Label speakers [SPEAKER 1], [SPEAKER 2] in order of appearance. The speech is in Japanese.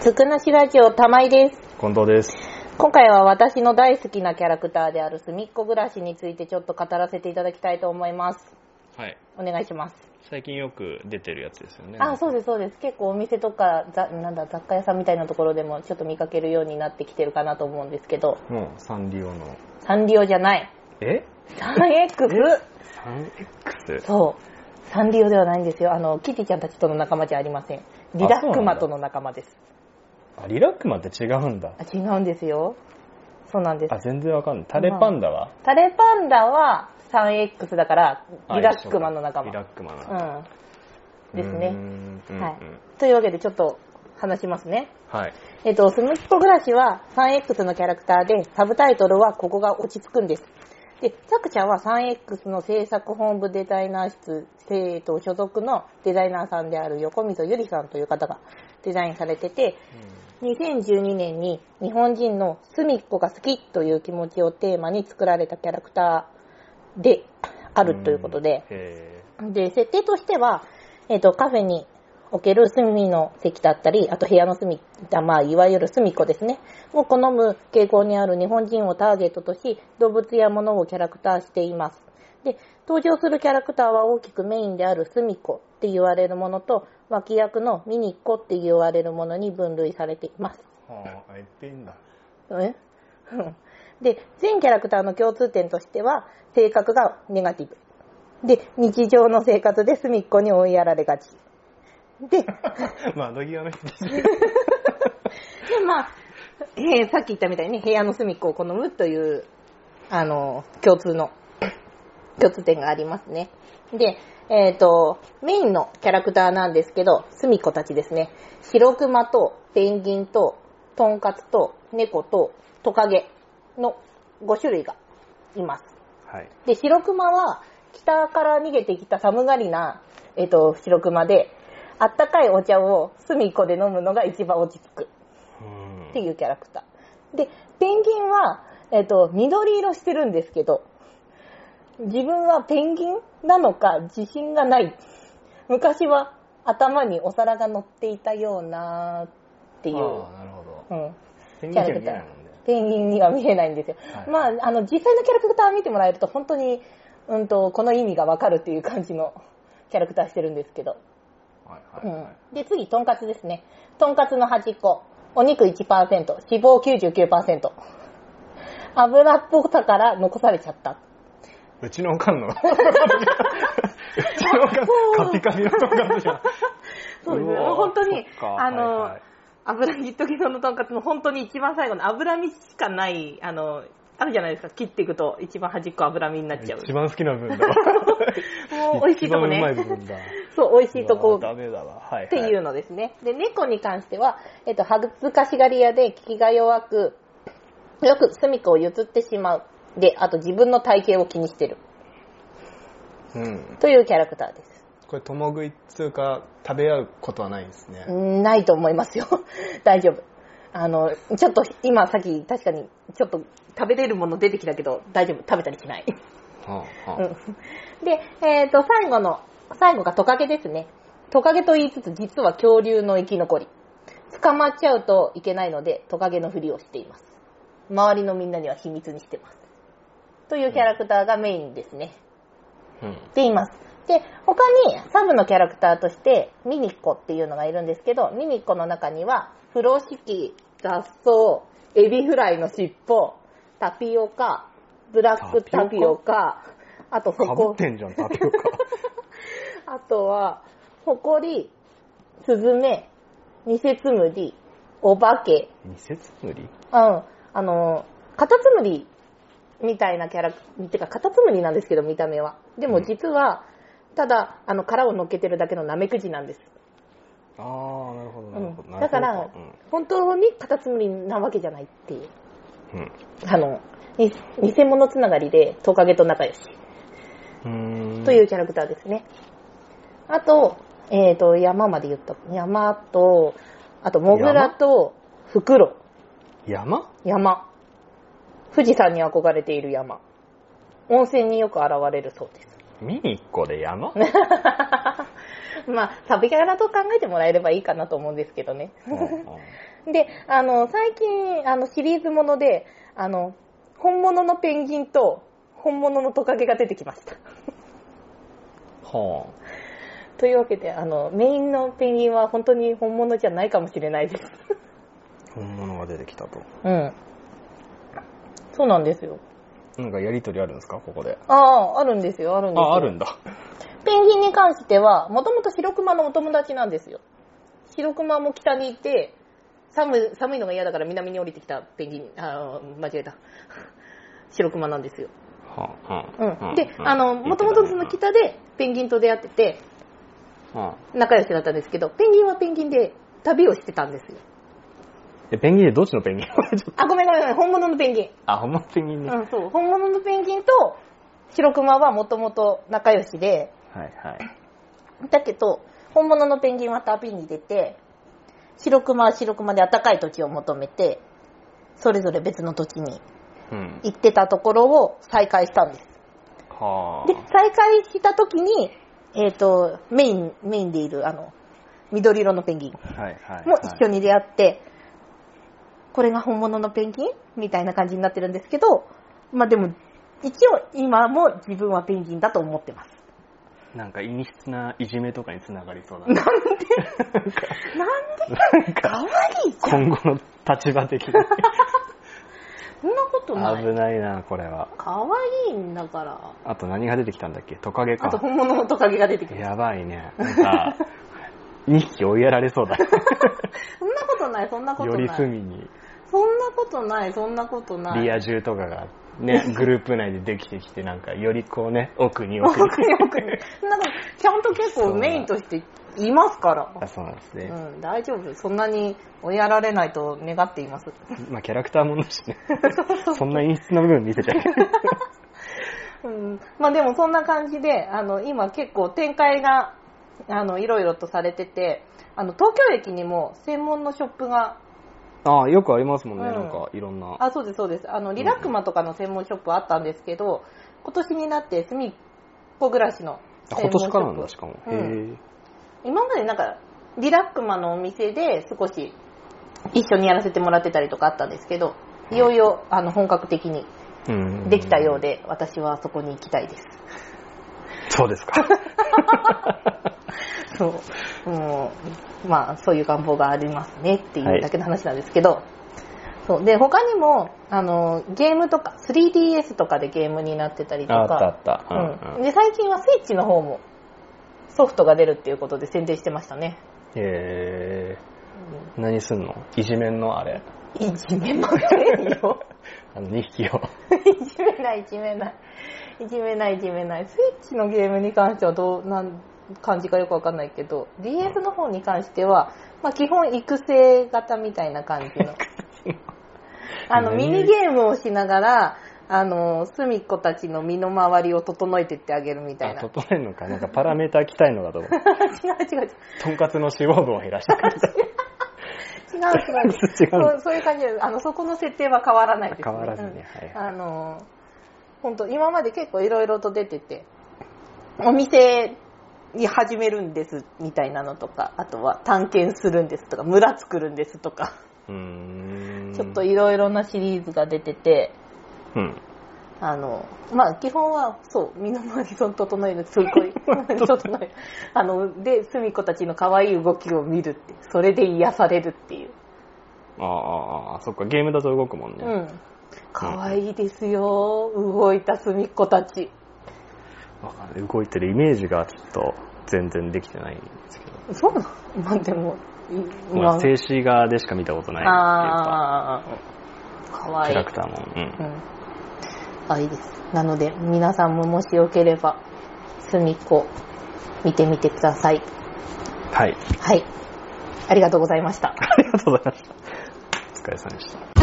[SPEAKER 1] ずくなしラジオ、玉井です。
[SPEAKER 2] 近藤です。
[SPEAKER 1] 今回は私の大好きなキャラクターであるすみっこ暮らしについてちょっと語らせていただきたいと思います。
[SPEAKER 2] はい。
[SPEAKER 1] お願いします。
[SPEAKER 2] 最近よく出てるやつですよね。
[SPEAKER 1] あ、そうです、そうです。結構お店とか、ざなんだ、雑貨屋さんみたいなところでもちょっと見かけるようになってきてるかなと思うんですけど、
[SPEAKER 2] もう、サンリオの。
[SPEAKER 1] サンリオじゃない。
[SPEAKER 2] え
[SPEAKER 1] 3X!
[SPEAKER 2] サン X?
[SPEAKER 1] そう。サンリオではないんですよ。あの、キティちゃんたちとの仲間じゃありません。リラックマとの仲間です。
[SPEAKER 2] あ、リラックマって違うんだ。
[SPEAKER 1] あ違うんですよ。そうなんです
[SPEAKER 2] あ、。全然わかんない。タレパンダは
[SPEAKER 1] タレパンダは 3X だから、
[SPEAKER 2] あ
[SPEAKER 1] リラックマの仲
[SPEAKER 2] リラッ
[SPEAKER 1] 間。
[SPEAKER 2] クマ
[SPEAKER 1] う。
[SPEAKER 2] なん
[SPEAKER 1] です
[SPEAKER 2] う
[SPEAKER 1] ね。
[SPEAKER 2] んうんうん
[SPEAKER 1] はい。というわけでちょっと話しますね。
[SPEAKER 2] はい。
[SPEAKER 1] えっと、スムキコ暮らしは 3X のキャラクターで、サブタイトルはここが落ち着くんです。で、作者は 3X の制作本部デザイナー室、えっと、所属のデザイナーさんである横溝ゆりさんという方がデザインされてて、2012年に日本人の隅っこが好きという気持ちをテーマに作られたキャラクターであるということで、
[SPEAKER 2] ん。へ
[SPEAKER 1] で、設定としては、えっ、と、カフェにおける隅の席だったり、あと部屋の隅、あまあ、いわゆる隅っこですね。を好む傾向にある日本人をターゲットとし、動物や物をキャラクターしています。で、登場するキャラクターは大きくメインである隅っこって言われるものと、脇役のミニっ子って言われるものに分類されています。
[SPEAKER 2] ーはあ、あいっぺんだ。
[SPEAKER 1] えうんで、全キャラクターの共通点としては、性格がネガティブ。で、日常の生活で隅っこに追いやられがち。で、で
[SPEAKER 2] 窓際の人です。
[SPEAKER 1] まあ、えーさっき言ったみたいに部屋の隅っこを好むという、あの、共通の、共通点がありますね。で、えっ、と、メインのキャラクターなんですけど、隅っこたちですね。白熊とペンギンと、トンカツと、猫と、トカゲの5種類がいます。
[SPEAKER 2] はい。
[SPEAKER 1] で、白熊は北から逃げてきた寒がりな、えっと、白熊で、あったかいお茶を隅っこで飲むのが一番落ち着く
[SPEAKER 2] うん
[SPEAKER 1] っていうキャラクター。で、ペンギンは、えっと、緑色してるんですけど、自分はペンギンなのか自信がない。昔は頭にお皿が乗っていたようなっていう。
[SPEAKER 2] ああ、なるほど。
[SPEAKER 1] うん
[SPEAKER 2] ペンギ
[SPEAKER 1] キ
[SPEAKER 2] ン
[SPEAKER 1] ャ
[SPEAKER 2] じゃ
[SPEAKER 1] ラクター
[SPEAKER 2] 見えないもんね。
[SPEAKER 1] ペンギンには見えないんですよ。
[SPEAKER 2] はい
[SPEAKER 1] まあ、あの、実際のキャラクター見てもらえると、本当に、うんと、この意味がわかるっていう感じのキャラクターしてるんですけど。
[SPEAKER 2] はいは
[SPEAKER 1] う
[SPEAKER 2] いは
[SPEAKER 1] ん
[SPEAKER 2] い。
[SPEAKER 1] で、次、トンカツですね。トンカツの端っこ。お肉1%、脂肪99%。油っぽさから残されちゃった。
[SPEAKER 2] うちのおかんの。うちのおかん、カピカピのとんかつじゃん。
[SPEAKER 1] そうです
[SPEAKER 2] うわ
[SPEAKER 1] 本当に
[SPEAKER 2] そっ、か
[SPEAKER 1] あの、
[SPEAKER 2] はいはい
[SPEAKER 1] 油ギットギトのトンカツの本当に一番最後の脂身しかない、あの、あるじゃないですか。切っていくと一番端っこ脂身になっちゃう。
[SPEAKER 2] 一番好きな分だわ。
[SPEAKER 1] も う美味しいとこね。
[SPEAKER 2] 一番うまい部分だ。
[SPEAKER 1] そう、美味しいと
[SPEAKER 2] う
[SPEAKER 1] こ
[SPEAKER 2] わダメだわ。はい、はい。
[SPEAKER 1] っていうのですね。で、猫に関しては、えっと、恥ずかしがり屋で気が弱く、よく隅っこを譲ってしまう。で、あと自分の体型を気にしてる。
[SPEAKER 2] うん。
[SPEAKER 1] というキャラクターです。
[SPEAKER 2] これ、共食いっつうか、食べ合うことはないんですね。
[SPEAKER 1] ないと思いますよ。 大丈夫。あの、ちょっと今さっき確かにちょっと食べれるもの出てきたけど、大丈夫。食べたりしない。
[SPEAKER 2] はあはあ
[SPEAKER 1] うんで、えっ、と、最後の、最後がトカゲですね。トカゲと言いつつ、実は恐竜の生き残り。捕まっちゃうといけないので、トカゲのふりをしています。周りのみんなには秘密にしてます。というキャラクターがメインですね。
[SPEAKER 2] うん。
[SPEAKER 1] っています。で、他にサブのキャラクターとして、ミニッコっていうのがいるんですけど、ミニッコの中には、風呂敷、雑草、エビフライの尻尾、タピオカ、ブラックタピオカ、あとそ
[SPEAKER 2] かぶ
[SPEAKER 1] こ
[SPEAKER 2] っ、てんじゃん、タピ オカ。
[SPEAKER 1] あとは、ホコリ、スズメ、ニセツムリ、お化け、
[SPEAKER 2] 二節塗り
[SPEAKER 1] うん、あの、カタツムリみたいなキャラクてかカタツムリなんですけど、見た目は。でも実は、ただ、あの、殻を乗っけてるだけのナメクジなんです。
[SPEAKER 2] ああ、なるほど、
[SPEAKER 1] う
[SPEAKER 2] なるほど。
[SPEAKER 1] ん、だから
[SPEAKER 2] なるほ、
[SPEAKER 1] 本当にカタツムリなわけじゃないっていう。
[SPEAKER 2] どうん。
[SPEAKER 1] あの、に偽物つながりでトカゲと仲良し。
[SPEAKER 2] うん。うーん
[SPEAKER 1] というキャラクターですね。あと、えっ、と、山まで言った。山と、あと、モグラと、フクロ
[SPEAKER 2] 山
[SPEAKER 1] ウ、山。富士山に憧れている山。温泉によく現れるそう です。
[SPEAKER 2] ミニッコで山
[SPEAKER 1] まあ、旅キャラと考えてもらえればいいかなと思うんですけどね。
[SPEAKER 2] うんうん
[SPEAKER 1] で、あの、最近、あの、シリーズもので、あの、本物のペンギンと、本物のトカゲが出てきました。
[SPEAKER 2] は
[SPEAKER 1] というわけで、あの、メインのペンギンは本当に本物じゃないかもしれないです。
[SPEAKER 2] あ。本物が出てきたと。
[SPEAKER 1] うん。そうなんですよ。
[SPEAKER 2] なんかやりとりあるんですかここで。
[SPEAKER 1] ああ、あるんですよ、あるんですよ。
[SPEAKER 2] あ、あるんだ。
[SPEAKER 1] ペンギンに関しては、もともと白熊のお友達なんですよ。白熊も北にいて、寒い寒いのが嫌だから南に降りてきたペンギン、あー間違えた。 白熊なんですよ。
[SPEAKER 2] はあ、は
[SPEAKER 1] う
[SPEAKER 2] あは
[SPEAKER 1] ん。
[SPEAKER 2] あ
[SPEAKER 1] で、あの、もともとその。北でペンギンと出会ってて、
[SPEAKER 2] はあ
[SPEAKER 1] 仲良しだったんですけど、ペンギンはペンギンで旅をしてたんですよ。
[SPEAKER 2] え、ペンギンでどっちのペンギ ンちょっと
[SPEAKER 1] あ、ごめんごめんごめん、本物のペンギン。
[SPEAKER 2] あ、ほんまペンギンね。は
[SPEAKER 1] うん、そう。本物のペンギンと白熊はもともと仲良しで、
[SPEAKER 2] いはい。
[SPEAKER 1] だけど、本物のペンギンは旅に出て、白熊は白熊で暖かい土地を求めて、それぞれ別の土地に
[SPEAKER 2] うん。
[SPEAKER 1] 行ってたところを再会したんです。
[SPEAKER 2] は
[SPEAKER 1] で、再会した時に、えっ、と、メイン、メインでいる、あの、緑色のペンギン
[SPEAKER 2] あ。はいはい。
[SPEAKER 1] も一緒
[SPEAKER 2] に。
[SPEAKER 1] に出会って、これが本物のペンギンみたいな感じになってるんですけど、まあでも、一応今も自分はペンギンだと思ってます。
[SPEAKER 2] なんか陰湿ないじめとかにつながりそうだな。
[SPEAKER 1] なん
[SPEAKER 2] なん
[SPEAKER 1] で可
[SPEAKER 2] か、
[SPEAKER 1] 愛いじゃん
[SPEAKER 2] 今後の立場的に。
[SPEAKER 1] そんなことない
[SPEAKER 2] 危。ないな、これは。
[SPEAKER 1] 可愛いんだから。
[SPEAKER 2] あと何が出てきたんだっけトカゲ
[SPEAKER 1] あと
[SPEAKER 2] か。
[SPEAKER 1] 本物のトカゲが出てきます。
[SPEAKER 2] やばいね。なんか、2匹追いやられそうだ。
[SPEAKER 1] そんなことない、そんなこと
[SPEAKER 2] よ
[SPEAKER 1] な
[SPEAKER 2] り
[SPEAKER 1] い。そ
[SPEAKER 2] 隅
[SPEAKER 1] ん
[SPEAKER 2] に、
[SPEAKER 1] なことない、そんなことない。
[SPEAKER 2] リア充とかが、ね、 グループ内でできてきて、なんか、よりこうね、奥に奥に。
[SPEAKER 1] 奥に奥に。そんなこと、ちゃんと結構メインとしていますから。
[SPEAKER 2] あそうなんですね。
[SPEAKER 1] うん、大丈夫。そんなに追いやられないと願っています。
[SPEAKER 2] まあ、キャラクターものだし ね。そんな陰湿な部分見せちゃいけない。
[SPEAKER 1] うん、まあでもそんな感じで、あの、今結構展開が、あの、いろいろとされてて、あの、東京駅にも専門のショップが、
[SPEAKER 2] ああ、よくありますもんね、
[SPEAKER 1] うん
[SPEAKER 2] なんか、いろんな。
[SPEAKER 1] あ、そうです、そうです。あの、リラックマとかの専門ショップあったんですけど、今年になって隅っぽ暮らしの
[SPEAKER 2] あ
[SPEAKER 1] 専
[SPEAKER 2] 今
[SPEAKER 1] 門ショッ
[SPEAKER 2] 年
[SPEAKER 1] プ。
[SPEAKER 2] からなんだ、しかも。
[SPEAKER 1] うん
[SPEAKER 2] へえ。
[SPEAKER 1] 今までなんか、リラックマのお店で少し一緒にやらせてもらってたりとかあったんですけど、いよいよ、あの、本格的に
[SPEAKER 2] うん
[SPEAKER 1] できたよう。で、私はそこに行きたいです。
[SPEAKER 2] そうですか。
[SPEAKER 1] そう。もう、まあ、そういう願望がありますねっていうだけの話なんですけど、そう。で、他にも、あの、ゲームとか、3DS とかでゲームに なってたりと
[SPEAKER 2] ああったあ
[SPEAKER 1] か、
[SPEAKER 2] った。うん
[SPEAKER 1] う。
[SPEAKER 2] うんん
[SPEAKER 1] で、最近はスイッチの方も、ソフトが出るっていうことで宣伝してましたね。
[SPEAKER 2] へえ。何すんのいじめんのあれ。
[SPEAKER 1] いじめませんよ。
[SPEAKER 2] あの、2匹を。
[SPEAKER 1] いじめない、いじめない。いじめない、いじめない。スイッチのゲームに関してはどう、なん、感じかよくわかんないけど、DS の方に関しては、まあ基本育成型みたいな感じ の。あの、
[SPEAKER 2] ね
[SPEAKER 1] ミニゲームをしながら、あの、すみっこたちの身の回りを整えてってあげるみたい
[SPEAKER 2] あ、
[SPEAKER 1] な。違う
[SPEAKER 2] 整えるのか。なんか、パラメーター鍛えるのかと 思った。
[SPEAKER 1] 違う違う。
[SPEAKER 2] とんかつの脂肪分を減らしてく れた。
[SPEAKER 1] 違う違う。
[SPEAKER 2] 違うの
[SPEAKER 1] そうそういう感じです。あの、そこの設定は変わらないです、ね。
[SPEAKER 2] 変わらずね
[SPEAKER 1] うん
[SPEAKER 2] は
[SPEAKER 1] あの、本当今まで結構いろいろと出てて、お店に始めるんですみたいなのとか、あとは探検するんですとか、村作るんですとか、
[SPEAKER 2] うーん。
[SPEAKER 1] ちょっといろいろなシリーズが出てて、
[SPEAKER 2] うん。
[SPEAKER 1] あの、まあ、基本は、そう、身の回りを 整える、すごい、整える。あの、で、すみ子たちの可愛い動きを見るって、それで癒されるっていう。
[SPEAKER 2] ああああ、そっか、ゲームだと動くもんね。
[SPEAKER 1] うん。可愛いですよ、動いたすみっこたち。
[SPEAKER 2] わかんない動いてるイメージがちょっと全然できてないんですけど。
[SPEAKER 1] そうなのまあ、でも、い
[SPEAKER 2] まあ、
[SPEAKER 1] あ
[SPEAKER 2] 静止画でしか見たことないっていうか、
[SPEAKER 1] あー、可
[SPEAKER 2] キ
[SPEAKER 1] 愛
[SPEAKER 2] ャ
[SPEAKER 1] い
[SPEAKER 2] ラクターも。うん
[SPEAKER 1] うん。あ、いいです。なので、皆さんももしよければ、すみっこ、見てみてください。
[SPEAKER 2] はい。
[SPEAKER 1] はい。ありがとうございました。
[SPEAKER 2] ありがとうございました。お疲れ様でした。